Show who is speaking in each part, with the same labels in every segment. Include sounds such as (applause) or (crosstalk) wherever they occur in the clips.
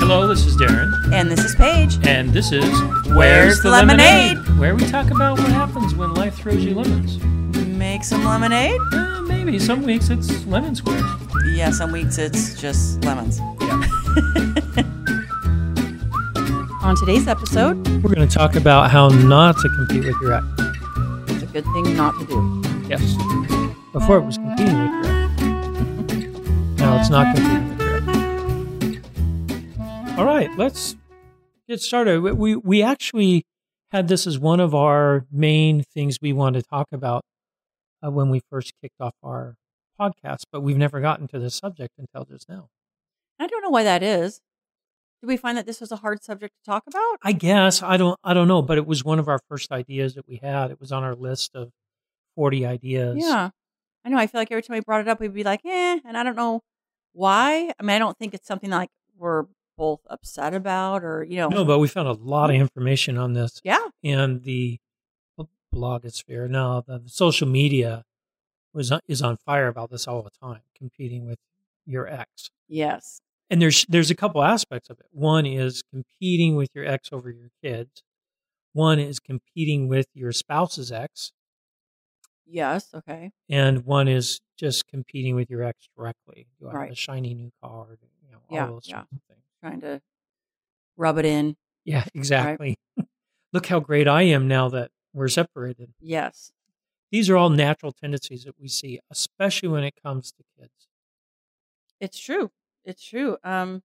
Speaker 1: Hello, this is Darren,
Speaker 2: And this is Paige.
Speaker 1: and this is
Speaker 2: Where's the Lemonade?
Speaker 1: where we talk about what happens when life throws you lemons.
Speaker 2: Make some lemonade.
Speaker 1: Uh, maybe some weeks it's lemon squares.
Speaker 2: Yeah, some weeks it's just lemons. On today's episode,
Speaker 1: (laughs) We're going to talk about how not to compete with your ex.
Speaker 2: it's a good thing not to do.
Speaker 1: Yes. Before it was competing with your ex. Now it's not competing with your ex. All right, let's get started. We, we, we actually had this as one of our main things we wanted to talk about uh, when we first kicked off our podcast, but we've never gotten to this subject until just now.
Speaker 2: I don't know why that is. Did we find that this was a hard subject to talk about?
Speaker 1: I guess I don't I don't know, but it was one of our first ideas that we had. It was on our list of 40 ideas.
Speaker 2: Yeah. I know. I feel like every time we brought it up, we'd be like, eh. And I don't know why. I mean, I don't think it's something that, like we're both upset about or, you know.
Speaker 1: No, but we found a lot of information on this
Speaker 2: Yeah.
Speaker 1: and the blogosphere. Now, the, the social media was on- is on fire about this all the time, competing with your ex.
Speaker 2: Yes.
Speaker 1: And there's there's a couple aspects of it. One is competing with your ex over your kids. One is competing with your spouse's ex,
Speaker 2: Yes. Okay.
Speaker 1: and one is just competing with your ex directly. Do I have
Speaker 2: Right.
Speaker 1: a shiny new car? You know, all
Speaker 2: Yeah,
Speaker 1: those sorts of things.
Speaker 2: Trying to rub it in.
Speaker 1: Yeah, (laughs) exactly. Look how great I am now that we're separated.
Speaker 2: Yes.
Speaker 1: These are all natural tendencies that we see, especially when it comes to kids.
Speaker 2: It's true. It's true. Um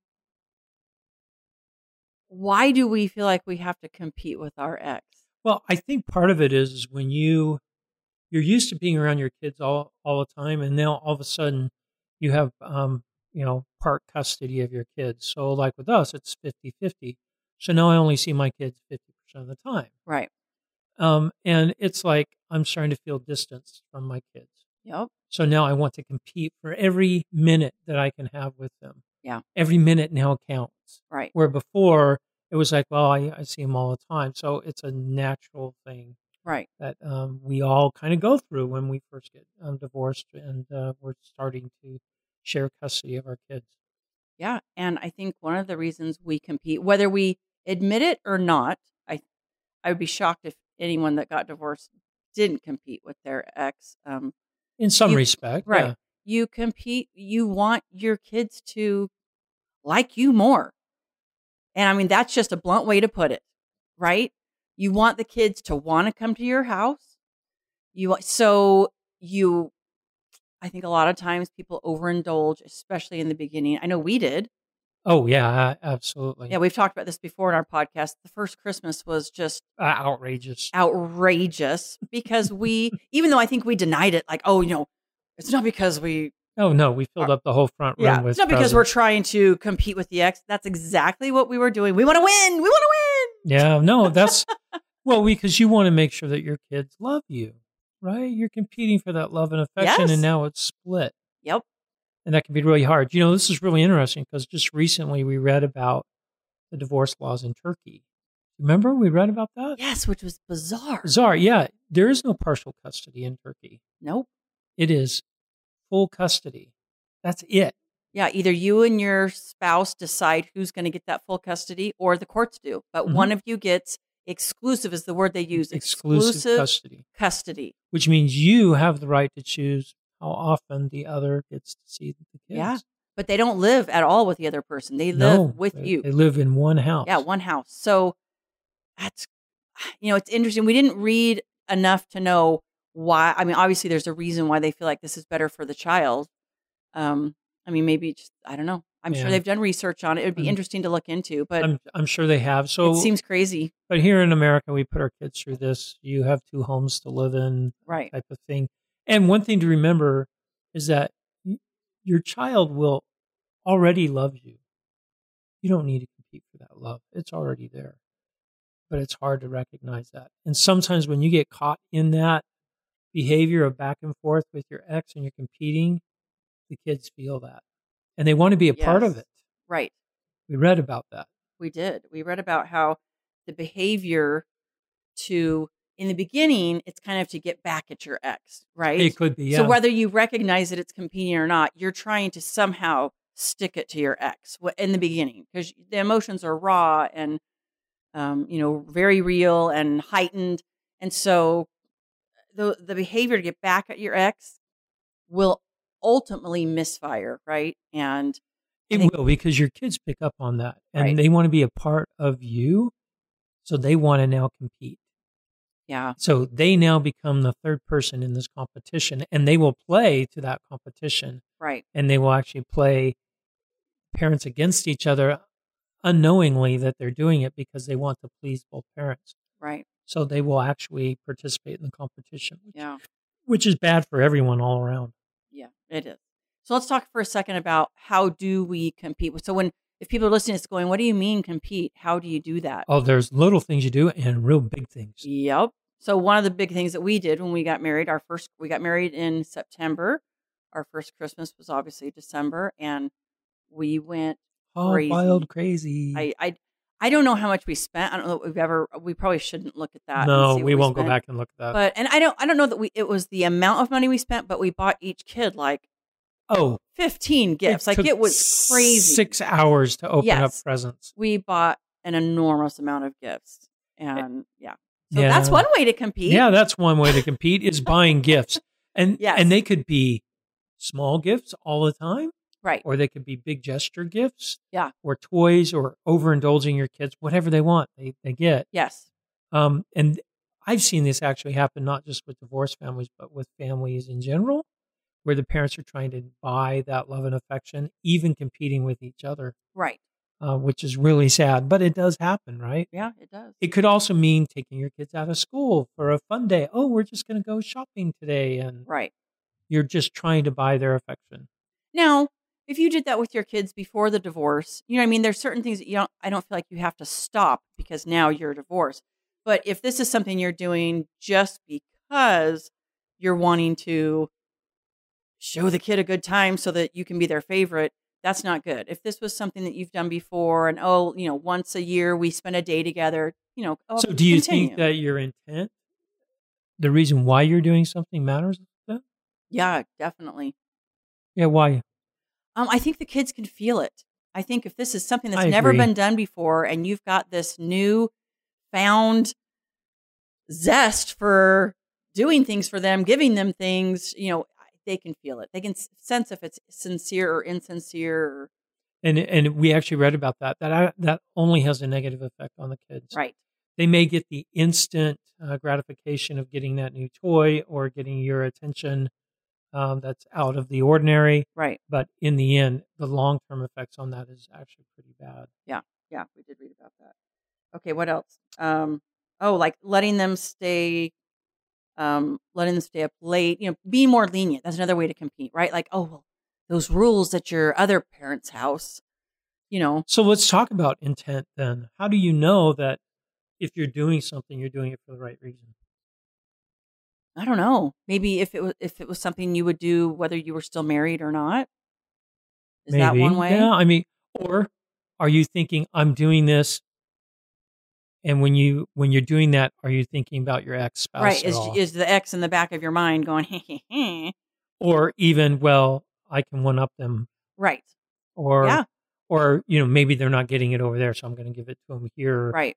Speaker 2: why do we feel like we have to compete with our ex?
Speaker 1: Well, I think part of it is, is when you you're used to being around your kids all all the time, and now all of a sudden you have um, you know part custody of your kids. So like with us, it's 50-50. So now I only see my kids fifty percent of the time.
Speaker 2: Right.
Speaker 1: Um, and it's like I'm starting to feel distanced from my kids.
Speaker 2: Yep.
Speaker 1: So now I want to compete for every minute that I can have with them.
Speaker 2: Yeah.
Speaker 1: Every minute now counts.
Speaker 2: Right.
Speaker 1: Where before it was like, well, I, I see them all the time. So it's a natural thing
Speaker 2: Right.
Speaker 1: that um, we all kind of go through when we first get um, divorced and uh, we're starting to share custody of our kids.
Speaker 2: Yeah. And I think one of the reasons we compete, whether we admit it or not, I I would be shocked if anyone that got divorced didn't compete with their ex. Um
Speaker 1: In some
Speaker 2: You-
Speaker 1: respect.
Speaker 2: right.
Speaker 1: yeah.
Speaker 2: you compete you want your kids to like you more and i mean that's just a blunt way to put it right you want the kids to want to come to your house you wa- so you i think a lot of times people overindulge especially in the beginning i know we did
Speaker 1: Oh, yeah, a- absolutely.
Speaker 2: yeah we've talked about this before in our podcast the first christmas was just
Speaker 1: Uh, outrageous.
Speaker 2: outrageous because we even though i think we denied it like oh you know it's not because we
Speaker 1: Oh, no, we filled up the whole front room
Speaker 2: Yeah,
Speaker 1: with
Speaker 2: it's not because we're
Speaker 1: presents.
Speaker 2: trying to compete with the ex. That's exactly what we were doing. We want to win. We want to
Speaker 1: Yeah, no,
Speaker 2: (laughs)
Speaker 1: that's well because you want to make sure that your kids love you, right? You're competing for that love and affection,
Speaker 2: Yes.
Speaker 1: and now it's split,
Speaker 2: win. Yep.
Speaker 1: and that can be really hard. You know, this is really interesting because just recently we read about the divorce laws in Turkey. Remember, we read about that.
Speaker 2: Yes, which was bizarre.
Speaker 1: Bizarre, yeah. There is no partial custody in Turkey.
Speaker 2: Nope.
Speaker 1: It is full custody. That's it.
Speaker 2: Yeah, either you and your spouse decide who's going to get that full custody, or the courts do. But
Speaker 1: Mhm.
Speaker 2: one of you gets exclusive is the word they use.
Speaker 1: Exclusive custody,
Speaker 2: custody.
Speaker 1: which means you have the right to choose how often the other gets to see the kids.
Speaker 2: Yeah. But they don't live at all with the other person. They live with
Speaker 1: they,
Speaker 2: you.
Speaker 1: They live in one house.
Speaker 2: Yeah, one house. So that's you know, it's interesting. We didn't read enough to know why. I mean, obviously there's a reason why they feel like this is better for the child. Um, I mean, maybe just I don't know. I'm
Speaker 1: Yeah.
Speaker 2: sure they've done research on it. It would be
Speaker 1: I'm-
Speaker 2: interesting to look into, but
Speaker 1: I'm I'm sure they have. So,
Speaker 2: it seems crazy.
Speaker 1: but here in America, we put our kids through this. You have two homes to live in,
Speaker 2: Right.
Speaker 1: type of thing. And one thing to remember is that y- your child will already love you. You don't need to compete for that love. It's already there. But it's hard to recognize that. And sometimes when you get caught in that behavior of back and forth with your ex and you're competing, the kids feel that. And they want to be a part of
Speaker 2: Yes.
Speaker 1: it.
Speaker 2: Right.
Speaker 1: We read about that.
Speaker 2: We did. We read about how the behavior to in the beginning, it's kind of to get back at your ex, right?
Speaker 1: It could be, yeah.
Speaker 2: So whether you recognize that it's competing or not, you're trying to somehow stick it to your ex wh- in the beginning because the emotions are raw and um, you know very real and heightened, and so the the behavior to get back at your ex will ultimately misfire, right? And
Speaker 1: It
Speaker 2: think-
Speaker 1: will because your kids pick up on that and
Speaker 2: Right.
Speaker 1: they want to be a part of you. So they want to now compete.
Speaker 2: yeah,
Speaker 1: So they now become the third person in this competition and they will play to that competition
Speaker 2: right.
Speaker 1: and they will actually play parents against each other unknowingly that they're doing it because they want to please both parents.
Speaker 2: Right.
Speaker 1: So they will actually participate in the competition, which,
Speaker 2: Yeah.
Speaker 1: which is bad for everyone all around.
Speaker 2: Yeah, it is. So let's talk for a second about how do we compete? So when if people are listening, it's going, what do you mean compete? How do you do that?
Speaker 1: Oh, there's little things you do and real big things.
Speaker 2: Yep. So one of the big things that we did when we got married, our first we got married in September. Our first Christmas was obviously December, and we went.
Speaker 1: Oh,
Speaker 2: Crazy.
Speaker 1: wild, crazy.
Speaker 2: I I I don't know how much we spent. I don't know that we've ever. We probably shouldn't look at that. and
Speaker 1: no,
Speaker 2: see what
Speaker 1: we won't go
Speaker 2: spent.
Speaker 1: back and look at that.
Speaker 2: But and I don't I don't know that we it was the amount of money we spent, but we bought each kid like
Speaker 1: oh,
Speaker 2: fifteen gifts. like
Speaker 1: took
Speaker 2: it was crazy.
Speaker 1: Six hours to open
Speaker 2: Yes.
Speaker 1: up presents.
Speaker 2: we bought an enormous amount of gifts. And yeah. So
Speaker 1: Eh yeah.
Speaker 2: that's one way to compete.
Speaker 1: Yeah, that's one way to compete is buying gifts, and
Speaker 2: (laughs) Yes.
Speaker 1: and they could be small gifts all the time,
Speaker 2: Right.
Speaker 1: or they could be big gesture gifts.
Speaker 2: Yeah.
Speaker 1: Or toys, or overindulging your kids, whatever they want, they they get.
Speaker 2: Yes.
Speaker 1: Um, and I've seen this actually happen not just with divorced families, but with families in general, where the parents are trying to buy that love and affection, even competing with each other,
Speaker 2: Right.
Speaker 1: uh, which is really sad. But it does happen, right?
Speaker 2: Yeah, it does.
Speaker 1: It could also mean taking your kids out of school for a fun day. Oh, we're just going to go shopping today, and
Speaker 2: right.
Speaker 1: you're just trying to buy their affection.
Speaker 2: Now, if you did that with your kids before the divorce, you know, what I mean, there's certain things that you don't, I don't feel like you have to stop because now you're divorced. But if this is something you're doing just because you're wanting to show the kid a good time so that you can be their favorite, that's not good. If this was something that you've done before and, oh, you know, once a year we spend a day together, you know, oh,
Speaker 1: so, do you
Speaker 2: continue.
Speaker 1: think that your intent, the reason why you're doing something, matters?
Speaker 2: Yeah, definitely.
Speaker 1: Yeah, why?
Speaker 2: Um, I think the kids can feel it. I think if this is something that's
Speaker 1: I
Speaker 2: never
Speaker 1: agree.
Speaker 2: been done before and you've got this new found zest for doing things for them, giving them things, you know, they can feel it. They can s- sense if it's sincere or insincere. Or,
Speaker 1: and and we actually read about that that I, that only has a negative effect on the kids
Speaker 2: right.
Speaker 1: they may get the instant uh, gratification of getting that new toy or getting your attention um, that's out of the ordinary
Speaker 2: Right.
Speaker 1: but in the end the long-term effects on that is actually pretty bad
Speaker 2: Yeah, we did read about that. Okay, what else? Um, oh, like letting them stay, um, letting them stay up late. You know, be more lenient. That's another way to compete, right? Like, oh, well, those rules at your other parents' house. You know,
Speaker 1: so let's talk about intent then how do you know that if you're doing something you're doing it for the right reason
Speaker 2: I don't know. Maybe if it was if it was something you would do, whether you were still married or not. Is that
Speaker 1: Maybe.
Speaker 2: one way?
Speaker 1: Yeah, I mean, or are you thinking I'm doing this? And when you when you're doing that, are you thinking about your ex spouse
Speaker 2: right.
Speaker 1: at
Speaker 2: Is
Speaker 1: all?
Speaker 2: is the X in the back of your mind going? (laughs) "Heh, heh, heh."
Speaker 1: or even well, I can one up them,
Speaker 2: right.
Speaker 1: or
Speaker 2: Yeah.
Speaker 1: or you know maybe they're not getting it over there, so I'm going to give it to them here
Speaker 2: Right.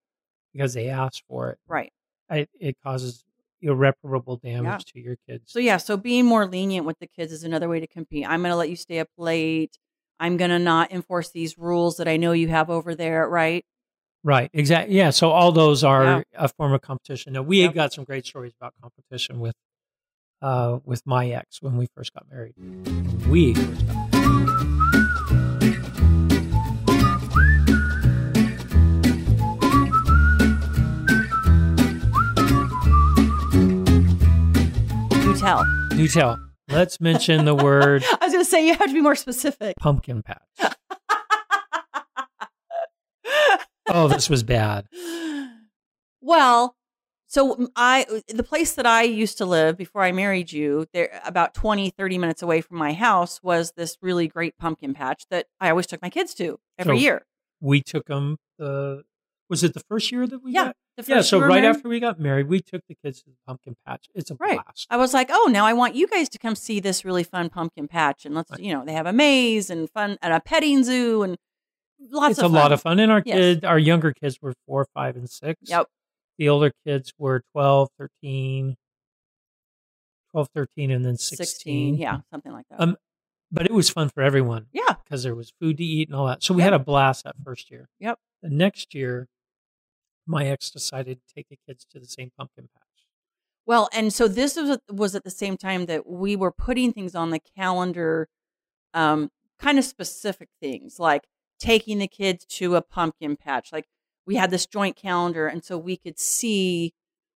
Speaker 1: because they asked for it.
Speaker 2: Right.
Speaker 1: It, it causes irreparable damage to your kids.
Speaker 2: So yeah, so being more lenient with the kids is another way to compete. I'm going to let you stay up late. I'm going to not enforce these rules that I know you have over there, right?
Speaker 1: Right. Exactly. Yeah. So all those are
Speaker 2: Yeah.
Speaker 1: a form of competition. Now we
Speaker 2: Yep.
Speaker 1: got some great stories about competition with uh, with my ex when we first got married. We first got married.
Speaker 2: You tell.
Speaker 1: do tell. Let's mention the
Speaker 2: (laughs)
Speaker 1: word
Speaker 2: I was going to say you have to be more specific. (laughs)
Speaker 1: pumpkin patch. Oh, this was bad.
Speaker 2: well, so I uh, the place that I used to live before I married you, there uh, about 20 30 minutes away from my house was this really great pumpkin patch that I always took my kids to every
Speaker 1: So-
Speaker 2: year.
Speaker 1: We took them the uh, Was it the first year that we
Speaker 2: Yeah,
Speaker 1: got?
Speaker 2: The first
Speaker 1: Yeah. So
Speaker 2: year we were
Speaker 1: right
Speaker 2: married,
Speaker 1: after we got married, we took the kids to the pumpkin patch. It's a
Speaker 2: Right.
Speaker 1: blast.
Speaker 2: I was like, oh, now I want you guys to come see this really fun pumpkin patch, and let's,
Speaker 1: Right.
Speaker 2: you know, they have a maze and fun and a petting zoo and lots
Speaker 1: it's
Speaker 2: of
Speaker 1: a lot of fun. And our
Speaker 2: Yes.
Speaker 1: kid, our younger kids were four, five, and six.
Speaker 2: Yep.
Speaker 1: The older kids were 12, 13, 12, 13, and then 16.
Speaker 2: yeah, something like that.
Speaker 1: Um, But it was fun for everyone
Speaker 2: yeah,
Speaker 1: because there was food to eat and all that. So we had a blast that first year.
Speaker 2: Yep.
Speaker 1: The next year, my ex decided to take the kids to the same pumpkin patch.
Speaker 2: Well, and so this was was at the same time that we were putting things on the calendar, um, kind of specific things like taking the kids to a pumpkin patch. Like we had this joint calendar, and so we could see.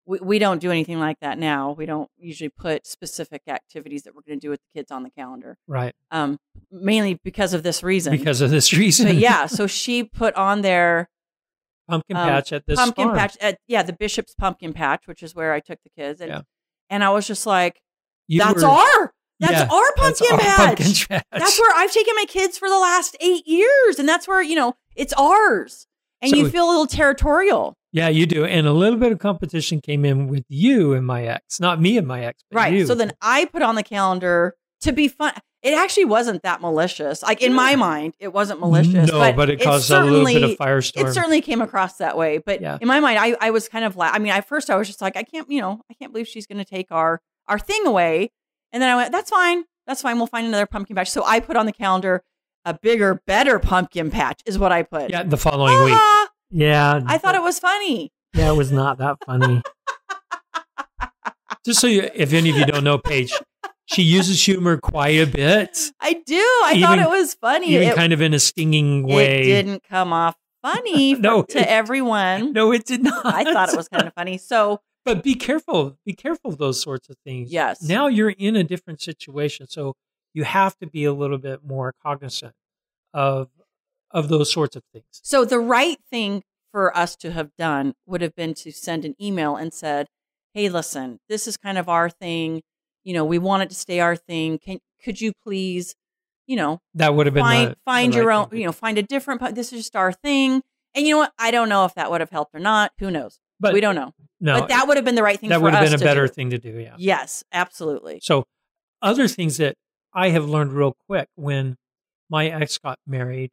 Speaker 2: We, we don't do anything like that now. We don't usually put specific activities that we're going to do with the kids on the calendar,
Speaker 1: Right.
Speaker 2: um, mainly because of this reason.
Speaker 1: Because of this (laughs) reason.
Speaker 2: but yeah, so she put on there
Speaker 1: (laughs) pumpkin
Speaker 2: um,
Speaker 1: patch at this
Speaker 2: pumpkin
Speaker 1: farm.
Speaker 2: patch at yeah the bishop's pumpkin patch, which is where I took the kids, and
Speaker 1: Yeah.
Speaker 2: and I was just like,
Speaker 1: You
Speaker 2: that's
Speaker 1: were-
Speaker 2: our that's
Speaker 1: Yeah,
Speaker 2: our
Speaker 1: that's
Speaker 2: pumpkin
Speaker 1: our
Speaker 2: patch.
Speaker 1: pumpkin (laughs) patch.
Speaker 2: That's where I've taken my kids for the last eight years, and that's where you know it's ours, and
Speaker 1: So-
Speaker 2: you feel a little territorial,
Speaker 1: Yeah, you do. And a little bit of competition came in with you and my ex, not me and my ex, but
Speaker 2: right?
Speaker 1: you.
Speaker 2: So then I put on the calendar to be fun. It actually wasn't that malicious. Like in my mind, it wasn't malicious.
Speaker 1: No, but, it caused a little bit
Speaker 2: certainly-
Speaker 1: of firestorm.
Speaker 2: It certainly came across that way, but
Speaker 1: Yeah.
Speaker 2: in my mind, I, I was kind of like, I mean, at first I was just like, I can't, you know, I can't believe she's going to take our our thing away. And then I went, that's fine, that's fine. We'll find another pumpkin patch. So I put on the calendar a bigger, better pumpkin patch is what I put.
Speaker 1: yeah, the following
Speaker 2: (laughs)
Speaker 1: week.
Speaker 2: Ah,
Speaker 1: Yeah.
Speaker 2: I thought it was funny.
Speaker 1: Yeah, it was not (laughs) that
Speaker 2: (laughs)
Speaker 1: funny. Just so you, if any of you don't know Paige, she uses humor quite a bit,
Speaker 2: I do. I
Speaker 1: Even-
Speaker 2: thought it was funny.
Speaker 1: even
Speaker 2: It,
Speaker 1: kind of in a stinging
Speaker 2: it
Speaker 1: way.
Speaker 2: didn't come
Speaker 1: (laughs)
Speaker 2: off funny
Speaker 1: No,
Speaker 2: to
Speaker 1: it- (laughs)
Speaker 2: everyone.
Speaker 1: No, it did not.
Speaker 2: I thought it was kind of funny.
Speaker 1: (laughs)
Speaker 2: So
Speaker 1: But be careful. Be careful of those sorts of things.
Speaker 2: Yes.
Speaker 1: Now you're in a different situation, so you have to be a little bit more cognizant of of those sorts of things.
Speaker 2: So the right thing for us to have done would have been to send an email and said, "Hey, listen, this is kind of our thing. You know, we want it to stay our thing. Can could you please, you know,
Speaker 1: That would have been
Speaker 2: find
Speaker 1: the-
Speaker 2: find
Speaker 1: the
Speaker 2: your
Speaker 1: right
Speaker 2: own,
Speaker 1: thing to
Speaker 2: you know, find a different. pu- This is just our thing." And you know what? I don't know if that would have helped or not. Who knows?
Speaker 1: But
Speaker 2: we don't know.
Speaker 1: No,
Speaker 2: but that would have been the right thing.
Speaker 1: that
Speaker 2: for
Speaker 1: would have
Speaker 2: us
Speaker 1: been a
Speaker 2: to
Speaker 1: better
Speaker 2: do.
Speaker 1: thing to do. Yeah.
Speaker 2: Yes, absolutely.
Speaker 1: So, other things that I have learned real quick when my ex got married,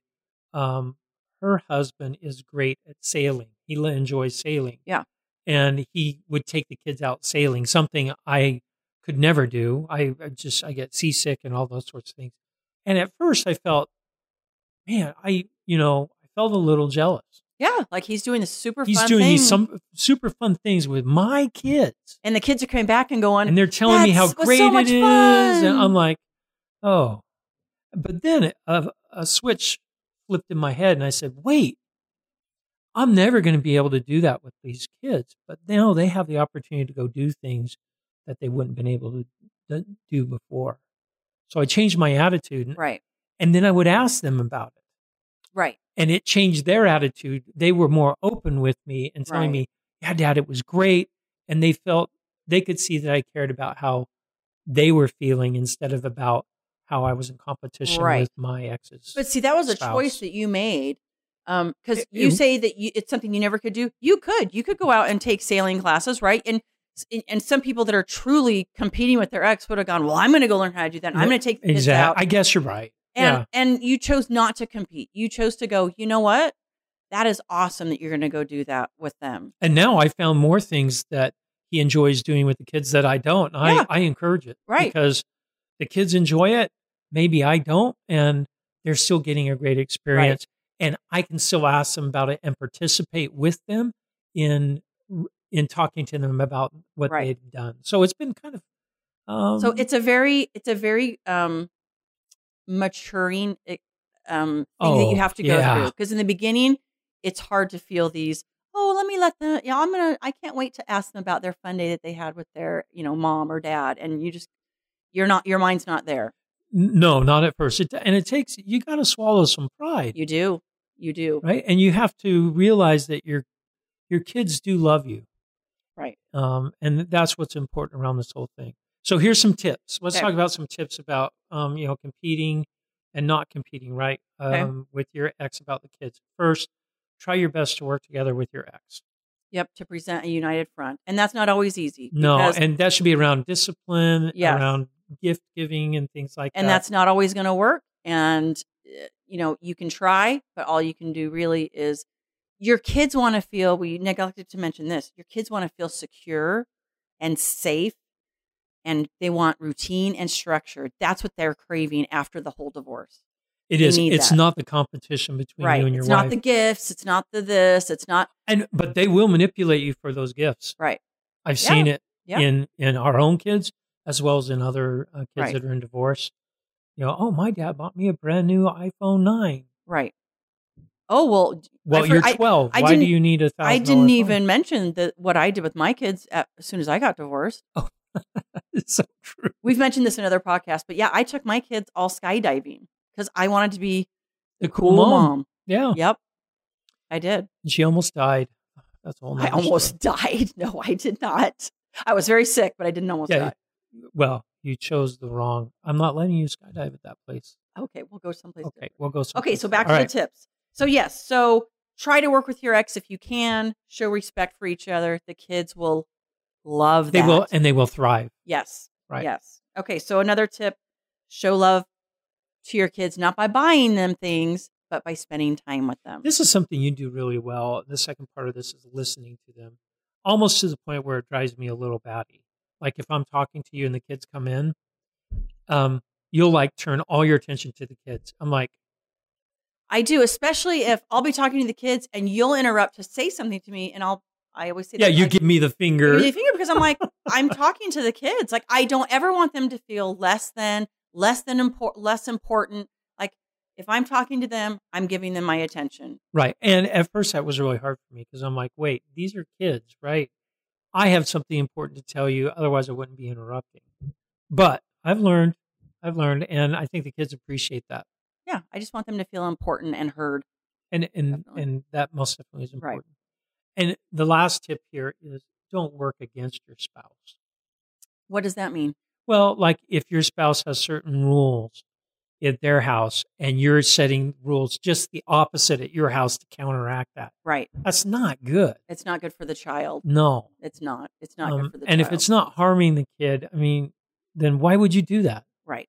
Speaker 1: um, her husband is great at sailing. He le- enjoys sailing.
Speaker 2: Yeah.
Speaker 1: And he would take the kids out sailing, something I could never do. I, I just, I get seasick and all those sorts of things. And at first I felt, man, I, you know, I felt a little jealous.
Speaker 2: Yeah, like he's doing this super.
Speaker 1: He's
Speaker 2: fun
Speaker 1: doing
Speaker 2: thing,
Speaker 1: these some super fun things with my kids
Speaker 2: and the kids are coming back and going.
Speaker 1: and they're telling me how
Speaker 2: "That's- was
Speaker 1: great
Speaker 2: so
Speaker 1: it
Speaker 2: much
Speaker 1: is, and
Speaker 2: fun."
Speaker 1: I'm like, oh. But then a, a switch flipped in my head, and I said, wait, I'm never going to be able to do that with these kids. But now they have the opportunity to go do things that they wouldn't been able to d- do before. So I changed my attitude,
Speaker 2: right,
Speaker 1: and then I would ask them about it
Speaker 2: right,
Speaker 1: and it changed their attitude. They were more open with me and telling
Speaker 2: Right.
Speaker 1: me, "Yeah, Dad, it was great," and they felt they could see that I cared about how they were feeling instead of about how I was in competition
Speaker 2: Right.
Speaker 1: with my exes.
Speaker 2: But see, that was a
Speaker 1: spouse.
Speaker 2: choice that you made. Um, because
Speaker 1: It-
Speaker 2: you
Speaker 1: it-
Speaker 2: say that you, it's something you never could do. You could, you could go out and take sailing classes, right? And and some people that are truly competing with their ex would have gone, well, I'm going to go learn how to do that. and I'm
Speaker 1: Yeah,
Speaker 2: going to take the kids
Speaker 1: exactly,
Speaker 2: out.
Speaker 1: I guess you're right.
Speaker 2: and
Speaker 1: yeah,
Speaker 2: and you chose not to compete. You chose to go. You know what? That is awesome that you're going to go do that with them.
Speaker 1: and now I found more things that he enjoys doing with the kids that I don't. and
Speaker 2: Yeah.
Speaker 1: I I encourage it
Speaker 2: Right.
Speaker 1: because the kids enjoy it. Maybe I don't, and they're still getting a great experience. And I can still ask them about it and participate with them in in talking to them about what
Speaker 2: Right.
Speaker 1: they've done. So it's been kind of um,
Speaker 2: so it's a very it's a very um maturing eh, um thing that
Speaker 1: Oh,
Speaker 2: you have to go
Speaker 1: yeah.
Speaker 2: through because in the beginning it's hard to feel these oh let me let them yeah i'm gonna i can't wait to ask them about their fun day that they had with their you know mom or dad and you just you're not your mind's not there
Speaker 1: no, not at first. It, and it takes you got to swallow some pride.
Speaker 2: you do you do
Speaker 1: right and you have to realize that your your kids do love you
Speaker 2: Right.
Speaker 1: um, and that's what's important around this whole thing so here's some tips let's
Speaker 2: Okay.
Speaker 1: talk about some tips about um, you know competing and not competing right um,
Speaker 2: Okay.
Speaker 1: with your ex about the kids first try your best to work together with your ex.
Speaker 2: Yep, to present a united front. And that's not always easy.
Speaker 1: No,
Speaker 2: because-
Speaker 1: and that should be around discipline,
Speaker 2: Yes.
Speaker 1: around gift giving, and things like
Speaker 2: and
Speaker 1: that.
Speaker 2: that's not always going to work. And, eh, you know, you can try, but all you can do really is your kids want to feel, we neglected to mention this, your kids want to feel secure and safe and they want routine and structure. That's what they're craving after the whole divorce.
Speaker 1: it
Speaker 2: they
Speaker 1: is.
Speaker 2: need
Speaker 1: It's
Speaker 2: that.
Speaker 1: not the competition between
Speaker 2: right.
Speaker 1: you and your
Speaker 2: it's
Speaker 1: wife.
Speaker 2: not the gifts. It's not the this. It's not,
Speaker 1: and but they will manipulate you for those gifts.
Speaker 2: Right.
Speaker 1: I've
Speaker 2: Yeah.
Speaker 1: seen it
Speaker 2: Yeah.
Speaker 1: in in our own kids as well as in other uh, kids
Speaker 2: Right.
Speaker 1: that are in divorce. You know, oh, my dad bought me a brand new iPhone nine.
Speaker 2: right. Oh, well, d-
Speaker 1: Well,
Speaker 2: for-
Speaker 1: you're
Speaker 2: I-
Speaker 1: 12.
Speaker 2: I
Speaker 1: Why do
Speaker 2: didn't-
Speaker 1: you need a thousand?
Speaker 2: I didn't
Speaker 1: dollar
Speaker 2: even mention that what I did with my kids at, as soon as I got divorced.
Speaker 1: phone? (laughs) It's so true.
Speaker 2: We've mentioned this in other podcasts, but yeah, I took my kids all skydiving because I wanted to be
Speaker 1: The
Speaker 2: cool mom.
Speaker 1: Yeah,
Speaker 2: Yep, I did.
Speaker 1: she almost died. That's all.
Speaker 2: I almost (laughs) died. No, I did not. I was very sick, but I didn't almost
Speaker 1: Yeah.
Speaker 2: die.
Speaker 1: Well, you chose the wrong. I'm not letting you skydive at that place.
Speaker 2: Okay, we'll go someplace.
Speaker 1: Okay,
Speaker 2: different.
Speaker 1: we'll go. Someplace.
Speaker 2: Okay, so back to
Speaker 1: All
Speaker 2: the
Speaker 1: right.
Speaker 2: tips. So yes, so try to work with your ex if you can. Show respect for each other. The kids will love
Speaker 1: They
Speaker 2: that.
Speaker 1: will, and they will thrive.
Speaker 2: Yes.
Speaker 1: Right.
Speaker 2: Yes. Okay. So another tip show love to your kids, not by buying them things, but by spending time with them.
Speaker 1: This is something you do really well. The second part of this is listening to them, almost to the point where it drives me a little batty. Like if I'm talking to you and the kids come in, um, you'll like turn all your attention to the kids. I'm like,
Speaker 2: I do, especially if I'll be talking to the kids and you'll interrupt to say something to me. And I'll, I always say,
Speaker 1: yeah,
Speaker 2: that,
Speaker 1: you
Speaker 2: like,
Speaker 1: give me the
Speaker 2: you
Speaker 1: finger.
Speaker 2: give me the finger because I'm like,
Speaker 1: (laughs)
Speaker 2: I'm talking to the kids. Like, I don't ever want them to feel less than, less than important, less important. Like, if I'm talking to them, I'm giving them my attention.
Speaker 1: Right. And at first, that was really hard for me because I'm like, wait, these are kids, right? I have something important to tell you. Otherwise, I wouldn't be interrupting. But I've learned, I've learned, and I think the kids appreciate that.
Speaker 2: Yeah. I just want them to feel important and heard.
Speaker 1: And and
Speaker 2: Definitely.
Speaker 1: and that most definitely is
Speaker 2: Right.
Speaker 1: important. And the last tip here is don't work against your spouse.
Speaker 2: What does that mean?
Speaker 1: Well, like if your spouse has certain rules at their house and you're setting rules just the opposite at your house to counteract that,
Speaker 2: Right.
Speaker 1: that's not good.
Speaker 2: It's not good for the child.
Speaker 1: No.
Speaker 2: It's not. It's not
Speaker 1: Um,
Speaker 2: good for the
Speaker 1: and if
Speaker 2: child.
Speaker 1: it's not harming the kid, I mean, then why would you do that?
Speaker 2: right,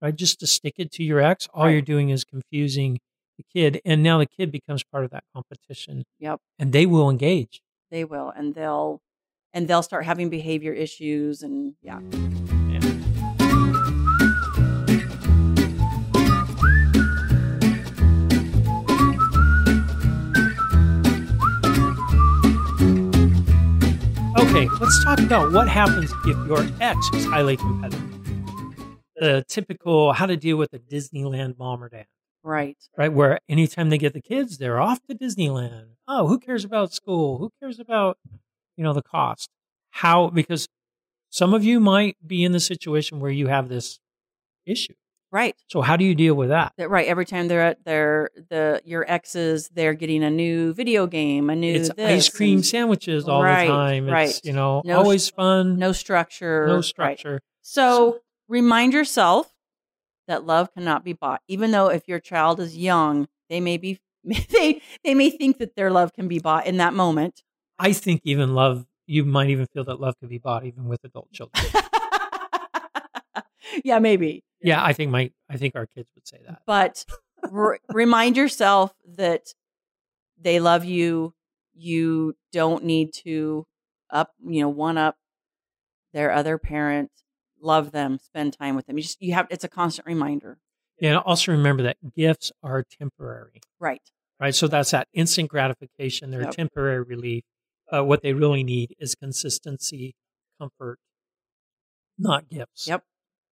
Speaker 1: Right? Just to stick it to your ex, all you're
Speaker 2: Right.
Speaker 1: doing is confusing the kid. And now the kid becomes part of that competition.
Speaker 2: Yep.
Speaker 1: And they will engage.
Speaker 2: they will, and they'll, and they'll start having behavior issues, and yeah.
Speaker 1: Okay, let's talk about what happens if your ex is highly competitive. The typical how to deal with a Disneyland mom or dad,
Speaker 2: Right.
Speaker 1: right? Where anytime they get the kids, they're off to Disneyland. Oh, who cares about school? Who cares about, you know, the cost? How, because some of you might be in the situation where you have this issue.
Speaker 2: Right.
Speaker 1: So, how do you deal with that?
Speaker 2: That right. Every time they're at their the your exes, they're getting a new video game, a new
Speaker 1: It's ice
Speaker 2: this,
Speaker 1: cream
Speaker 2: and
Speaker 1: sandwiches all
Speaker 2: Right,
Speaker 1: the time. It's,
Speaker 2: right.
Speaker 1: you know,
Speaker 2: No
Speaker 1: always fun,
Speaker 2: no structure.
Speaker 1: no
Speaker 2: Right.
Speaker 1: structure.
Speaker 2: So remind yourself that love cannot be bought. Even though if your child is young, they may be (laughs) they they may think that their love can be bought in that moment. (laughs)
Speaker 1: I think even love, you might even feel that love could be bought even with
Speaker 2: (laughs)
Speaker 1: adult children.
Speaker 2: yeah, maybe.
Speaker 1: Yeah, I think my I think our kids would say that.
Speaker 2: But re- remind yourself that they love you. You don't need to up, you know, one up their other parent. Love them. Spend time with them. You just you have. It's a constant reminder,
Speaker 1: And also remember that gifts are temporary,
Speaker 2: right?
Speaker 1: right? So that's that instant gratification. They're a
Speaker 2: Yep.
Speaker 1: temporary relief. Uh, what they really need is consistency, comfort, not gifts.
Speaker 2: Yep.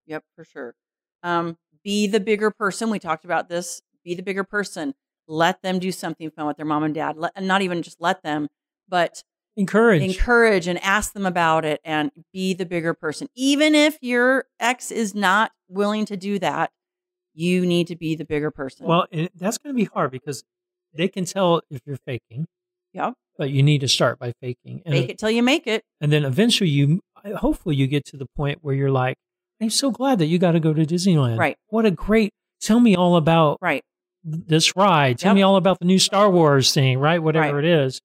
Speaker 2: Yep, for sure. Um, be the bigger person. We talked about this. Be the bigger person. Let them do something fun with their mom and dad. Let, and not even just let them, but
Speaker 1: Encourage.
Speaker 2: encourage and ask them about it and be the bigger person. Even if your ex is not willing to do that, you need to be the bigger person.
Speaker 1: well, and that's going to be hard because they can tell if you're faking.
Speaker 2: Yep.
Speaker 1: But you need to start by faking, and,
Speaker 2: make it till you make it.
Speaker 1: and then eventually you, hopefully, you get to the point where you're like, "I'm so glad that you got to go to Disneyland.
Speaker 2: Right.
Speaker 1: What a great! Tell me all about
Speaker 2: Right.
Speaker 1: this ride. Tell
Speaker 2: Yep.
Speaker 1: me all about the new Star Wars thing, right? Whatever
Speaker 2: Right.
Speaker 1: it is.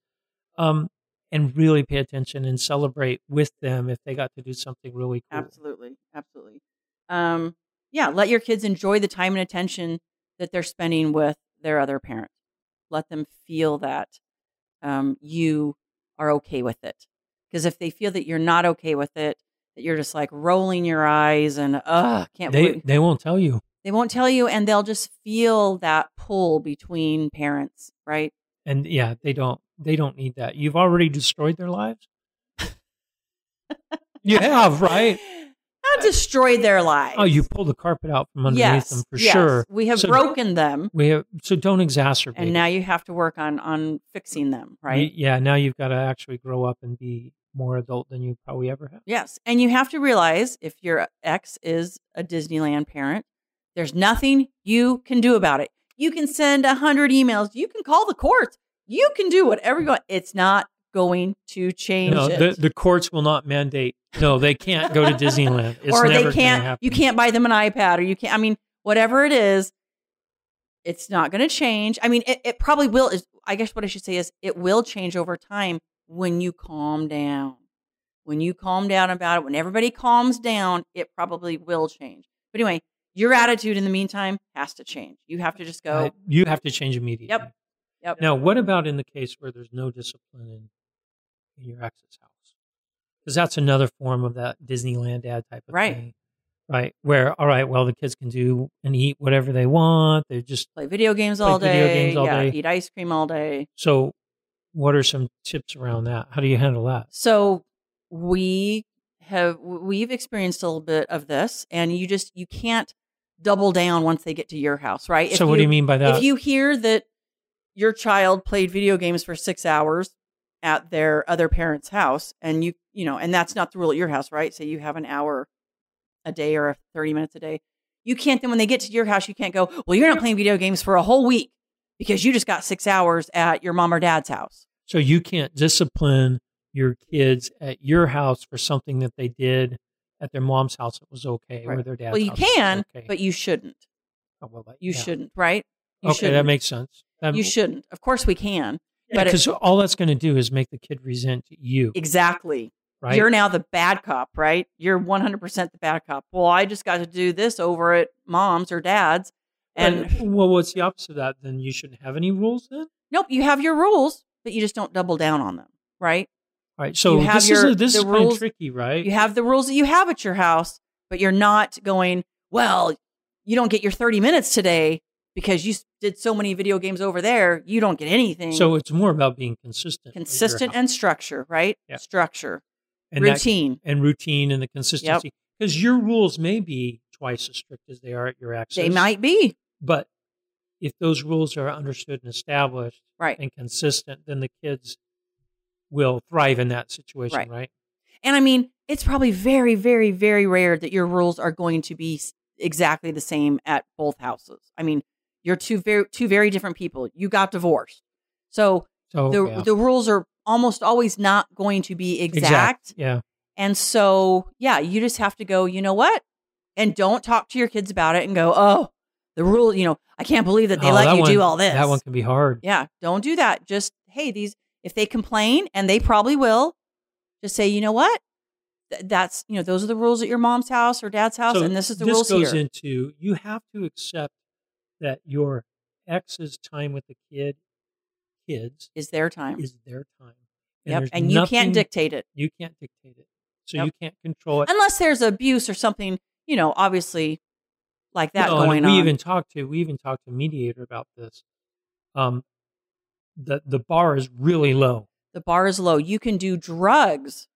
Speaker 1: Um, and really pay attention and celebrate with them if they got to do something really cool.
Speaker 2: Absolutely. Absolutely. Um, yeah, let your kids enjoy the time and attention that they're spending with their other parent. Let them feel that um, you are okay with it. Because if they feel that you're not okay with it, that you're just like rolling your eyes and, ugh, can't
Speaker 1: They
Speaker 2: believe
Speaker 1: they won't tell you.
Speaker 2: they won't tell you and they'll just feel that pull between parents, right?
Speaker 1: And yeah, they don't they don't need that. You've already destroyed their
Speaker 2: (laughs)
Speaker 1: lives. you have,
Speaker 2: (laughs)
Speaker 1: right?
Speaker 2: Not destroyed their lives.
Speaker 1: Oh, you pulled the carpet out from underneath
Speaker 2: yes,
Speaker 1: them for
Speaker 2: yes.
Speaker 1: sure.
Speaker 2: We have
Speaker 1: So-
Speaker 2: broken them.
Speaker 1: We have, so don't exacerbate.
Speaker 2: and now you have to work on on fixing them right
Speaker 1: Y- Yeah, now you've got to actually grow up and be more adult than you probably ever have.
Speaker 2: yes and you have to realize if your ex is a disneyland parent there's nothing you can do about it you can send a hundred emails you can call the courts you can do whatever you want it's not going to change
Speaker 1: No,
Speaker 2: it
Speaker 1: the, the courts will not mandate. No, they can't
Speaker 2: (laughs)
Speaker 1: go to Disneyland. It's
Speaker 2: or
Speaker 1: never
Speaker 2: they
Speaker 1: gonna
Speaker 2: can't
Speaker 1: happen.
Speaker 2: you can't buy them an ipad or you can't i mean whatever it is it's not going to change i mean it, it probably will is i guess what i should say is it will change over time when you calm down when you calm down about it when everybody calms down it probably will change but anyway your attitude in the meantime has to change you have to just go
Speaker 1: Uh, you have to change immediately.
Speaker 2: Yep. Yep.
Speaker 1: Now, what about in the case where there's no discipline in, in your ex's house? Because that's another form of that Disneyland dad type of
Speaker 2: Right.
Speaker 1: thing. Right. Where, all right, well, the kids can do and eat whatever they want. They're just,
Speaker 2: play video games
Speaker 1: Play
Speaker 2: all day
Speaker 1: video games all
Speaker 2: yeah,
Speaker 1: day.
Speaker 2: eat ice cream all day
Speaker 1: so what are some tips around that? How do you handle that?
Speaker 2: so we have we've experienced a little bit of this and you just you can't double down once they get to your house right
Speaker 1: so, what do you mean by that?
Speaker 2: if you hear that your child played video games for six hours at their other parent's house and you you know and that's not the rule at your house right so you have an hour a day or 30 minutes a day you can't then when they get to your house you can't go well you're not playing video games for a whole week because you just got six hours at your mom or dad's house
Speaker 1: So you can't discipline your kids at your house for something that they did at their mom's house that was okay or
Speaker 2: Right.
Speaker 1: their dad's
Speaker 2: well you
Speaker 1: house that was
Speaker 2: can
Speaker 1: okay.
Speaker 2: but you shouldn't
Speaker 1: Oh, well, that-
Speaker 2: You
Speaker 1: yeah.
Speaker 2: shouldn't, right? You
Speaker 1: okay,
Speaker 2: shouldn't.
Speaker 1: that makes sense. That,
Speaker 2: you shouldn't. Of course, we can. but it-
Speaker 1: because all that's going to do is make the kid resent you,
Speaker 2: Exactly.
Speaker 1: right?
Speaker 2: You're now the bad cop, right? You're 100% the bad cop. Well, I just got to do this over at mom's or dad's. And
Speaker 1: But- well, what's the opposite of that? Then you shouldn't have any rules. Then, all
Speaker 2: nope, you have your rules, but you just don't double down on them, right?
Speaker 1: right? So
Speaker 2: have
Speaker 1: this is
Speaker 2: your-
Speaker 1: a, this
Speaker 2: the
Speaker 1: is kind of
Speaker 2: rules-
Speaker 1: tricky, right?
Speaker 2: You have the rules that you have at your house, but you're not going, well, you don't get your 30 minutes today because you s- did so many video games over there. You don't get anything.
Speaker 1: so it's more about being consistent, at your
Speaker 2: consistent
Speaker 1: house.
Speaker 2: and structure, right?
Speaker 1: Yeah.
Speaker 2: Structure,
Speaker 1: and that-
Speaker 2: routine.
Speaker 1: and routine and the consistency. Because your rules may be twice as strict as they are at your access.
Speaker 2: They might be.
Speaker 1: But if those rules are understood and established
Speaker 2: Right.
Speaker 1: and consistent, then the kids will thrive in that situation, right?
Speaker 2: Right. And I mean, it's probably very, very, very rare that your rules are going to be s- exactly the same at both houses. I mean, you're two very two very different people. You got divorced, so
Speaker 1: So
Speaker 2: the
Speaker 1: Oh, yeah.
Speaker 2: the rules are almost always not going to be exact.
Speaker 1: Yeah.
Speaker 2: And so, yeah, you just have to go. You know what? And don't talk to your kids about it and go, oh, the rule. You know, I can't believe that they
Speaker 1: Oh,
Speaker 2: let
Speaker 1: that
Speaker 2: you
Speaker 1: one-
Speaker 2: do all this.
Speaker 1: That one can be hard.
Speaker 2: Yeah, don't do that. Just hey, these if they complain and they probably will, just say, you know what? Th- that's you know those are the rules at your mom's house or dad's house,
Speaker 1: So
Speaker 2: and this is the
Speaker 1: this
Speaker 2: rules
Speaker 1: goes
Speaker 2: here.
Speaker 1: into you have to accept that your ex's time with the kid, kids,
Speaker 2: is their time.
Speaker 1: is their time.
Speaker 2: yep,
Speaker 1: there's
Speaker 2: and you can't
Speaker 1: nothing-
Speaker 2: dictate it
Speaker 1: You can't dictate it. So
Speaker 2: Yep.
Speaker 1: you can't control it.
Speaker 2: unless there's abuse or something. You know, obviously, like that
Speaker 1: No, and
Speaker 2: going
Speaker 1: we
Speaker 2: on.
Speaker 1: even talked to we even talked to a mediator about this. Um, the the bar is really low.
Speaker 2: the bar is low. You can do drugs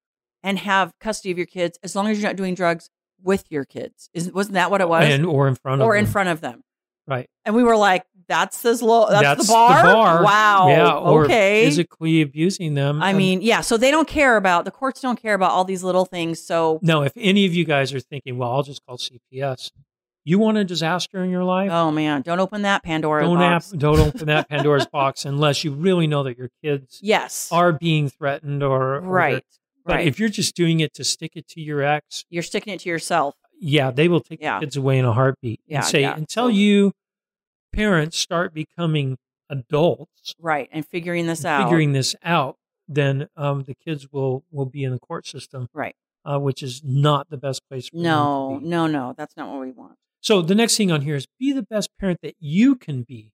Speaker 2: and have custody of your kids as long as you're not doing drugs with your kids. Is, wasn't that what
Speaker 1: Oh,
Speaker 2: it was?
Speaker 1: and or in front of
Speaker 2: or in
Speaker 1: them.
Speaker 2: front of them.
Speaker 1: right.
Speaker 2: And we were like, that's this low. Oh, That's,
Speaker 1: That's
Speaker 2: the bar.
Speaker 1: bar.
Speaker 2: Wow.
Speaker 1: Yeah. Or
Speaker 2: okay.
Speaker 1: physically abusing them.
Speaker 2: I
Speaker 1: Um,
Speaker 2: mean, yeah. So they don't care about the courts. Don't care about all these little things. So
Speaker 1: no. If any of you guys are thinking, well, I'll just call CPS. You want a disaster in your life?
Speaker 2: oh man, don't open that Pandora's
Speaker 1: don't
Speaker 2: box.
Speaker 1: ap- don't open that Pandora's box unless you really know that your kids
Speaker 2: yes.
Speaker 1: are being threatened or or they're-
Speaker 2: right.
Speaker 1: But
Speaker 2: right.
Speaker 1: if you're just doing it to stick it to your ex,
Speaker 2: You're sticking it to yourself.
Speaker 1: yeah, they will take
Speaker 2: Yeah.
Speaker 1: the kids away in a heartbeat
Speaker 2: Yeah,
Speaker 1: and say,
Speaker 2: yeah.
Speaker 1: until you parents start becoming adults,
Speaker 2: right, and figuring this out.
Speaker 1: figuring this out, then um, the kids will will be in the court system,
Speaker 2: Right.
Speaker 1: Uh, which is not the best place. For them to
Speaker 2: no,
Speaker 1: be.
Speaker 2: no, no, that's not what we want.
Speaker 1: So the next thing on here is be the best parent that you can be.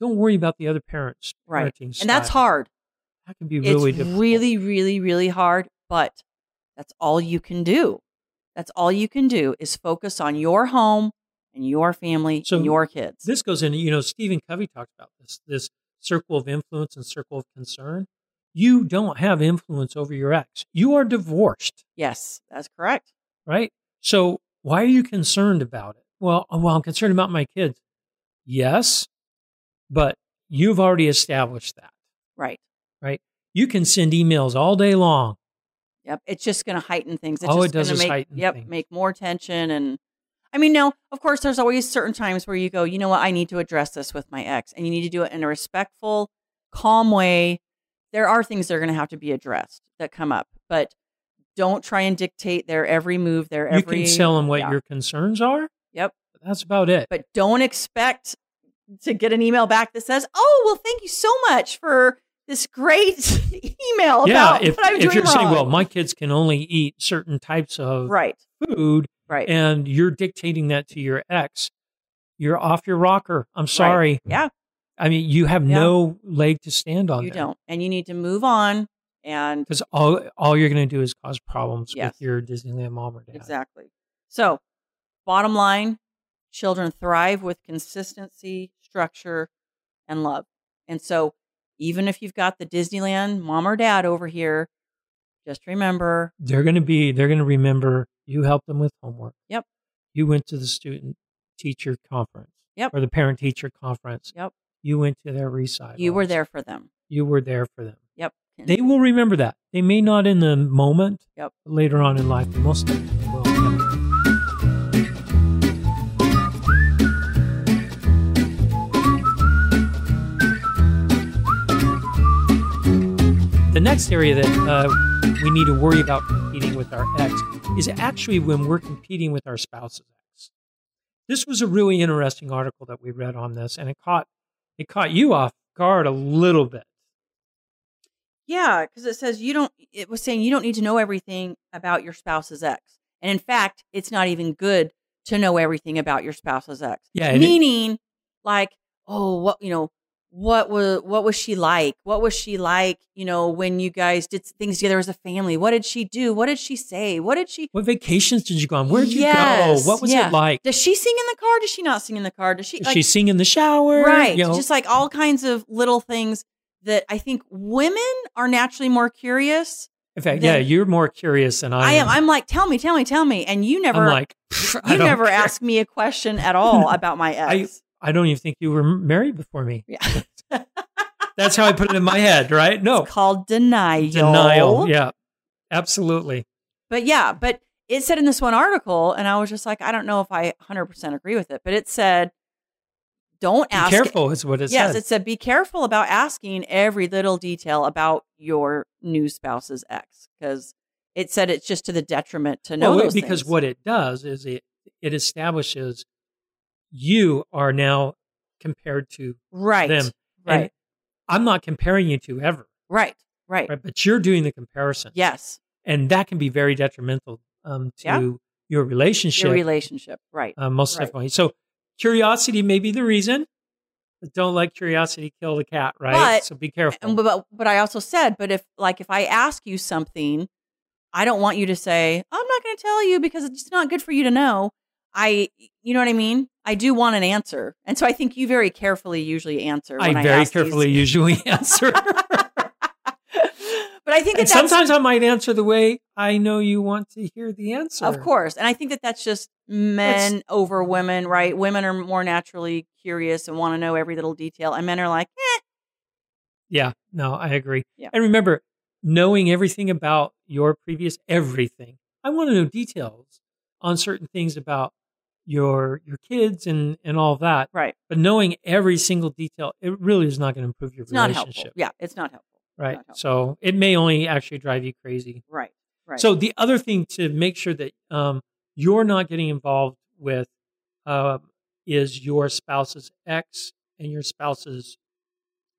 Speaker 1: Don't worry about the other parents'
Speaker 2: Right.
Speaker 1: parenting style.
Speaker 2: And that's hard.
Speaker 1: That can be really
Speaker 2: it's
Speaker 1: difficult.
Speaker 2: really, really, really hard, but that's all you can do. That's all you can do is focus on your home and your family
Speaker 1: So
Speaker 2: and your kids.
Speaker 1: this goes into you know Stephen Covey talks about this this circle of influence and circle of concern. You don't have influence over your ex. You are divorced,
Speaker 2: yes, that's correct.
Speaker 1: right? So why are you concerned about it? Well, oh, well, I'm concerned about my kids. Yes, but you've already established that.
Speaker 2: Right.
Speaker 1: You can send emails all day long.
Speaker 2: Yep. It's just going to heighten things. It's
Speaker 1: All it
Speaker 2: just
Speaker 1: does
Speaker 2: gonna
Speaker 1: is
Speaker 2: make,
Speaker 1: heighten
Speaker 2: Yep.
Speaker 1: things.
Speaker 2: Make more tension. And I mean, now, of course, there's always certain times where you go, you know what? I need to address this with my ex. And you need to do it in a respectful, calm way. There are things that are going to have to be addressed that come up, but don't try and dictate their every move, their
Speaker 1: You
Speaker 2: every.
Speaker 1: can tell them what
Speaker 2: yeah.
Speaker 1: your concerns are.
Speaker 2: Yep.
Speaker 1: But that's about it.
Speaker 2: but don't expect to get an email back that says, "Oh, well, thank you so much for this great (laughs) email
Speaker 1: yeah.
Speaker 2: about
Speaker 1: If,
Speaker 2: what I'm
Speaker 1: if
Speaker 2: doing
Speaker 1: you're
Speaker 2: wrong."
Speaker 1: saying, well, my kids can only eat certain types of
Speaker 2: right,
Speaker 1: food,
Speaker 2: right,
Speaker 1: and you're dictating that to your ex, you're off your rocker. I'm sorry.
Speaker 2: yeah,
Speaker 1: I mean, you have
Speaker 2: Yeah.
Speaker 1: no leg to stand on.
Speaker 2: you don't, and you need to move on. And
Speaker 1: Because all, all you're going to do is cause problems
Speaker 2: Yes.
Speaker 1: with your Disneyland mom or dad.
Speaker 2: exactly. So, bottom line, children thrive with consistency, structure, and love. And so, even if you've got the Disneyland mom or dad over here, just remember,
Speaker 1: They're going to be, they're going to remember you helped them with homework.
Speaker 2: Yep.
Speaker 1: You went to the student teacher conference.
Speaker 2: Yep.
Speaker 1: Or the parent teacher conference.
Speaker 2: Yep.
Speaker 1: You went to their recital.
Speaker 2: you were there for them.
Speaker 1: You were there for them.
Speaker 2: Yep.
Speaker 1: They will remember that. They may not in the moment.
Speaker 2: Yep.
Speaker 1: but later on in life, they most likely will. Yeah. The next area that uh, we need to worry about competing with our ex is actually when we're competing with our spouse's ex. This was a really interesting article that we read on this, and it caught it caught you off guard a little bit.
Speaker 2: Yeah, because it says you don't, it was saying you don't need to know everything about your spouse's ex. And in fact, it's not even good to know everything about your spouse's ex.
Speaker 1: Yeah, and it-
Speaker 2: Meaning, like, oh, what, you know, what was what was she like? What was she like? You know, when you guys did things together as a family, what did she do? What did she say? What did she?
Speaker 1: What vacations did you go on? Where'd you
Speaker 2: Yes,
Speaker 1: go? What was
Speaker 2: yeah.
Speaker 1: it like?
Speaker 2: Does she sing in the car? Does she not sing in the car? Does she?
Speaker 1: Did
Speaker 2: like,
Speaker 1: she sing in the shower?
Speaker 2: Right.
Speaker 1: You know,
Speaker 2: Just like all kinds of little things that I think women are naturally more curious.
Speaker 1: in fact, yeah,
Speaker 2: then-
Speaker 1: you're more curious than I,
Speaker 2: I am. I'm like, tell me, tell me, tell me. And you
Speaker 1: I'm
Speaker 2: never, (laughs)
Speaker 1: like, "Pfft, I
Speaker 2: you
Speaker 1: don't
Speaker 2: never
Speaker 1: care."
Speaker 2: ask me a question at all
Speaker 1: (laughs)
Speaker 2: about my ex.
Speaker 1: I don't even think you were married before me.
Speaker 2: yeah.
Speaker 1: (laughs) That's how I put it in my head, right? No.
Speaker 2: It's called denial.
Speaker 1: Denial. Yeah. Absolutely.
Speaker 2: But yeah, but it said in this one article, and I was just like, I don't know if I 100% agree with it, but it said, don't
Speaker 1: Be
Speaker 2: ask.
Speaker 1: careful is what it
Speaker 2: yes,
Speaker 1: says.
Speaker 2: it said, be careful about asking every little detail about your new spouse's ex, because it said it's just to the detriment to know
Speaker 1: Well,
Speaker 2: those
Speaker 1: because
Speaker 2: things.
Speaker 1: what it does is it it establishes you are now compared to
Speaker 2: right,
Speaker 1: them.
Speaker 2: right,
Speaker 1: And I'm not comparing you to ever,
Speaker 2: right, right,
Speaker 1: right? But you're doing the comparison.
Speaker 2: Yes,
Speaker 1: and that can be very detrimental um, to
Speaker 2: Yeah.
Speaker 1: your relationship,
Speaker 2: your relationship, right.
Speaker 1: uh, most
Speaker 2: right.
Speaker 1: definitely. So curiosity may be the reason, but don't let curiosity kill the cat, right?
Speaker 2: But-
Speaker 1: so be careful.
Speaker 2: And, but but I also said, but if like if I ask you something, I don't want you to say I'm not going to tell you because it's just not good for you to know. I you know what I mean. I do want an answer, and so I think you very carefully usually answer. When I,
Speaker 1: I very
Speaker 2: ask these- (laughs)
Speaker 1: carefully (laughs) usually answer.
Speaker 2: but I think
Speaker 1: and
Speaker 2: that that's
Speaker 1: sometimes I might answer the way I know you want to hear the answer.
Speaker 2: of course, and I think that that's just men over women, right? Women are more naturally curious and want to know every little detail, and men are like, eh,
Speaker 1: Yeah, no, I agree.
Speaker 2: Yeah.
Speaker 1: And remember, knowing everything about your previous everything, I want to know details on certain things about your your kids and and all that.
Speaker 2: right.
Speaker 1: But knowing every single detail, it really is not going to improve your
Speaker 2: It's not helpful.
Speaker 1: relationship.
Speaker 2: Yeah, it's not helpful.
Speaker 1: Right.
Speaker 2: helpful.
Speaker 1: So it may only actually drive you crazy.
Speaker 2: Right. Right.
Speaker 1: So the other thing to make sure that um, you're not getting involved with um is your spouse's ex and your spouse's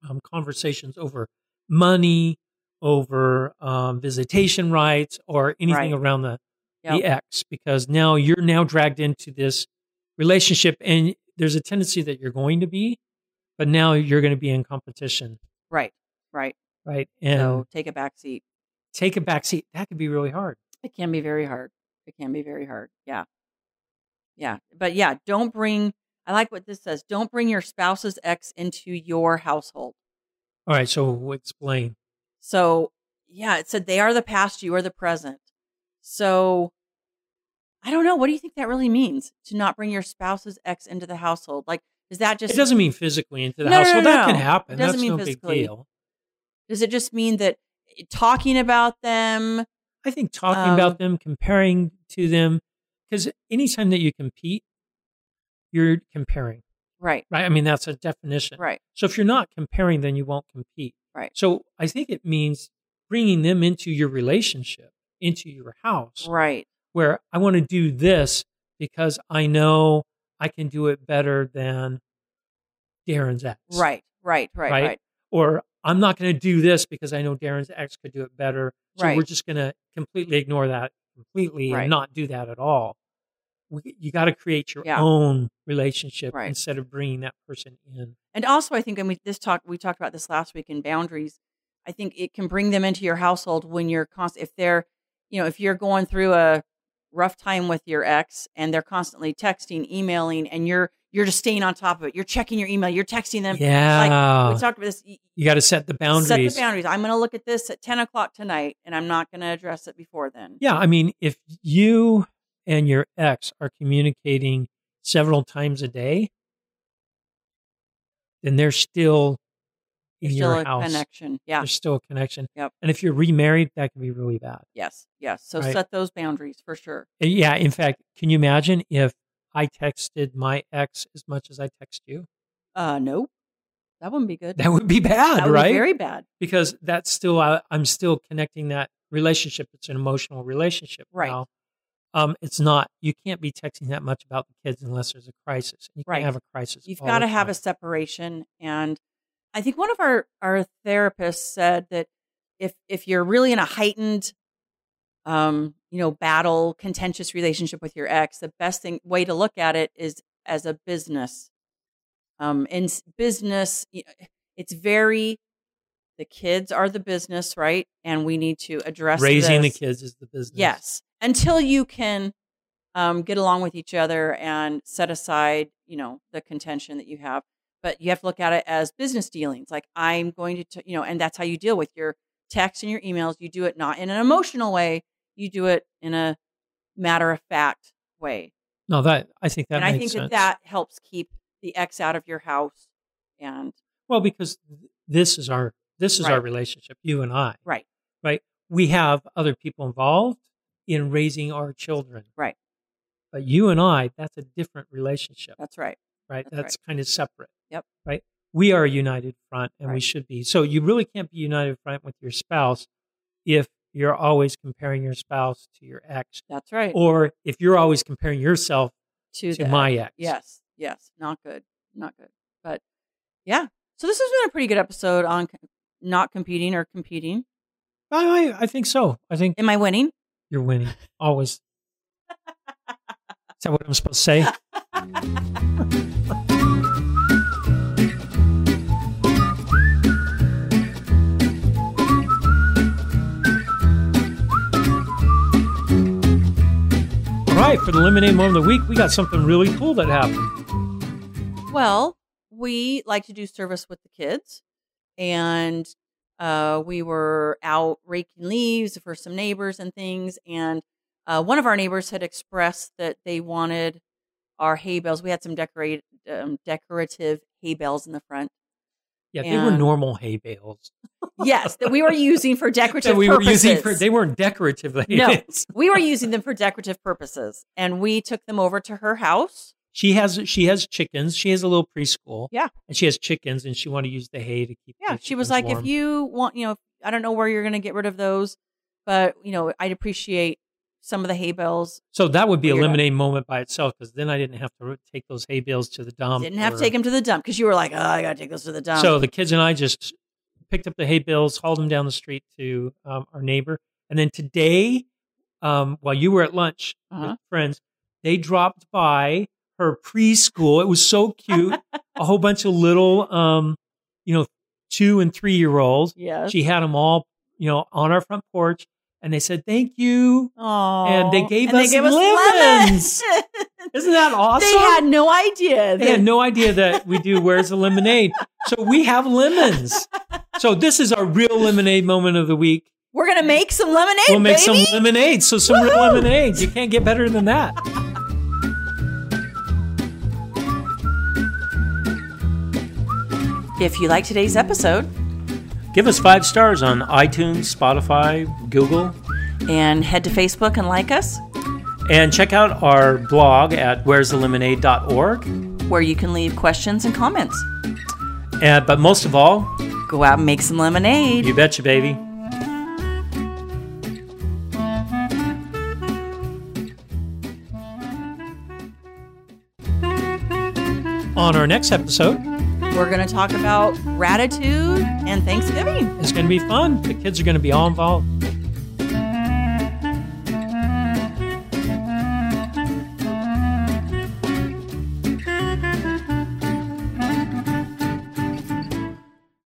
Speaker 1: um, conversations over money, over um, visitation rights, or anything
Speaker 2: Right.
Speaker 1: around the,
Speaker 2: Yep.
Speaker 1: the ex, because now you're now dragged into this relationship, and there's a tendency that you're going to be, but now you're going to be in competition,
Speaker 2: Right. Right.
Speaker 1: right? And
Speaker 2: So take a back seat.
Speaker 1: take a back seat. That could be really hard.
Speaker 2: It can be very hard. It can be very hard. Yeah. Yeah. But yeah, don't bring, I like what this says. Don't bring your spouse's ex into your household.
Speaker 1: All right, so explain.
Speaker 2: So yeah, it said they are the past, you are the present. So I don't know. What do you think that really means to not bring your spouse's ex into the household? Like, is that just
Speaker 1: It doesn't mean physically into the
Speaker 2: No, no,
Speaker 1: household.
Speaker 2: no,
Speaker 1: that can
Speaker 2: no.
Speaker 1: happen.
Speaker 2: It doesn't
Speaker 1: That's
Speaker 2: mean
Speaker 1: no
Speaker 2: physically.
Speaker 1: big deal.
Speaker 2: does it just mean that eh, talking about them?
Speaker 1: I think talking
Speaker 2: Um,
Speaker 1: about them, comparing to them, because anytime that you compete, you're comparing,
Speaker 2: Right,
Speaker 1: right? I mean, that's a definition.
Speaker 2: right,
Speaker 1: So if you're not comparing, then you won't compete.
Speaker 2: Right.
Speaker 1: So I think it means bringing them into your relationship, into your house,
Speaker 2: right,
Speaker 1: where I want to do this because I know I can do it better than Darren's ex.
Speaker 2: right, right, right,
Speaker 1: Right?
Speaker 2: right,
Speaker 1: Or I'm not going to do this because I know Darren's ex could do it better. So
Speaker 2: Right.
Speaker 1: we're just going to completely ignore that completely
Speaker 2: Right.
Speaker 1: and not do that at all. We, you got to create your
Speaker 2: Yeah.
Speaker 1: own relationship
Speaker 2: Right.
Speaker 1: instead of bringing that person in.
Speaker 2: And also, I think, and we this talk we talked about this last week in boundaries. I think it can bring them into your household when you're const- if they're, you know, if you're going through a rough time with your ex and they're constantly texting, emailing, and you're you're just staying on top of it. You're checking your email, you're texting them.
Speaker 1: yeah.
Speaker 2: We talked about this. y-
Speaker 1: you got to set the boundaries.
Speaker 2: Set the boundaries. I'm going to look at this at 10 o'clock tonight, and I'm not going to address it before then.
Speaker 1: Yeah, I mean, if you and your ex are communicating several times a day, then they're still in
Speaker 2: There's
Speaker 1: your
Speaker 2: still a
Speaker 1: house.
Speaker 2: connection. Yeah.
Speaker 1: There's still a connection.
Speaker 2: Yep.
Speaker 1: And if you're remarried, that can be really bad.
Speaker 2: Yes. Yes. So
Speaker 1: Right.
Speaker 2: set those boundaries for sure.
Speaker 1: Uh, Yeah. In fact, can you imagine if I texted my ex as much as I text you? (laughs)
Speaker 2: Uh, no, that wouldn't be good.
Speaker 1: That would be bad,
Speaker 2: That would
Speaker 1: right?
Speaker 2: be very bad.
Speaker 1: because that's still I, I'm still connecting that relationship. It's an emotional relationship,
Speaker 2: Right.
Speaker 1: now. Um, it's not. You can't be texting that much about the kids unless there's a crisis. You
Speaker 2: Right.
Speaker 1: can't have a crisis.
Speaker 2: You've
Speaker 1: all
Speaker 2: got to
Speaker 1: the
Speaker 2: have a
Speaker 1: time.
Speaker 2: separation. And I think one of our, our therapists said that if, if you're really in a heightened, um, you know, battle, contentious relationship with your ex, the best thing way to look at it is as a business. Um, in s- business, y- it's very, the kids are the business, right? And we need to address
Speaker 1: raising
Speaker 2: this.
Speaker 1: the kids is the business.
Speaker 2: Yes. Until you can um, get along with each other and set aside, you know, the contention that you have. But you have to look at it as business dealings. Like I'm going to, t- you know, and that's how you deal with your texts and your emails. You do it not in an emotional way. You do it in a matter of fact way.
Speaker 1: No, that I think that
Speaker 2: and
Speaker 1: makes
Speaker 2: I think
Speaker 1: sense.
Speaker 2: that that helps keep the ex out of your house. And
Speaker 1: well, because th- this is our this is
Speaker 2: Right.
Speaker 1: our relationship, you and I.
Speaker 2: Right.
Speaker 1: Right. We have other people involved in raising our children.
Speaker 2: Right.
Speaker 1: But you and I, that's a different relationship.
Speaker 2: that's right.
Speaker 1: right?
Speaker 2: That's right.
Speaker 1: That's, kind of separate.
Speaker 2: Yep.
Speaker 1: Right. We are a united front and we
Speaker 2: Right.
Speaker 1: should be. So you really can't be united front with your spouse if you're always comparing your spouse to your ex
Speaker 2: That's right.
Speaker 1: or if you're always comparing yourself
Speaker 2: to
Speaker 1: to,
Speaker 2: the
Speaker 1: my ex.
Speaker 2: Yes, yes, not good, not good. But yeah, so this has been a pretty good episode on c- not competing or competing.
Speaker 1: I, I, I think so. I think
Speaker 2: Am I winning?
Speaker 1: you're winning always. Is that what I'm supposed to say? All right, for the lemonade moment of the week, we got something really cool that happened.
Speaker 2: Well, we like to do service with the kids, and uh, we were out raking leaves for some neighbors and things. And uh, one of our neighbors had expressed that they wanted our hay bales. We had some decorate, um, decorative hay bales in the front.
Speaker 1: Yeah, they were
Speaker 2: And-
Speaker 1: normal hay bales
Speaker 2: Yes, that
Speaker 1: (laughs)
Speaker 2: we were using for decorative
Speaker 1: that we were
Speaker 2: purposes.
Speaker 1: using for. They weren't decorative (laughs) hay
Speaker 2: No.
Speaker 1: bales.
Speaker 2: we were using them for decorative purposes and we took them over to her house
Speaker 1: She has she has chickens. She has a little preschool.
Speaker 2: Yeah.
Speaker 1: and she has chickens, and she wanted to use the hay to keep.
Speaker 2: yeah
Speaker 1: the
Speaker 2: she was
Speaker 1: chickens
Speaker 2: like
Speaker 1: warm.
Speaker 2: if you want you know i don't know where you're going to get rid of those but you know i'd appreciate some of the hay bales.
Speaker 1: So that would be a
Speaker 2: Figured out.
Speaker 1: lemonade moment by itself because then I didn't have to take those hay bales to the dump.
Speaker 2: Didn't
Speaker 1: Um,
Speaker 2: have
Speaker 1: or-
Speaker 2: to take them to the dump because you were like, oh, I got to take those to the dump.
Speaker 1: So the kids and I just picked up the hay bales, hauled them down the street to um, our neighbor, and then today, um, while you were at lunch
Speaker 2: Uh-huh.
Speaker 1: with friends, they dropped by her preschool. It was so
Speaker 2: (laughs)
Speaker 1: cute. a whole bunch of little, um, you know, two and three year olds.
Speaker 2: yes.
Speaker 1: She had them all, you know, on our front porch, and they said thank
Speaker 2: (laughs)
Speaker 1: you.
Speaker 2: Aww.
Speaker 1: And they gave us lemons. Isn't that awesome?
Speaker 2: (laughs) they had no idea.
Speaker 1: They
Speaker 2: (laughs)
Speaker 1: had no idea that we do Where's the Lemonade. So we have lemons. So this is our real lemonade moment of the week.
Speaker 2: We're gonna make some lemonade,
Speaker 1: we'll make
Speaker 2: baby.
Speaker 1: some lemonade. So some real
Speaker 2: Woohoo!
Speaker 1: lemonade. You can't get better than that.
Speaker 2: if you like today's episode
Speaker 1: Give us five stars on iTunes, Spotify, Google,
Speaker 2: and head to Facebook and like us,
Speaker 1: and check out our blog at where'sthelemonade.org.
Speaker 2: where you can leave questions and comments.
Speaker 1: And, but most of all,
Speaker 2: Go out and make some lemonade.
Speaker 1: you betcha, baby. On our next episode,
Speaker 2: We're gonna talk about gratitude and Thanksgiving.
Speaker 1: It's going to be fun. The kids are going to be all involved.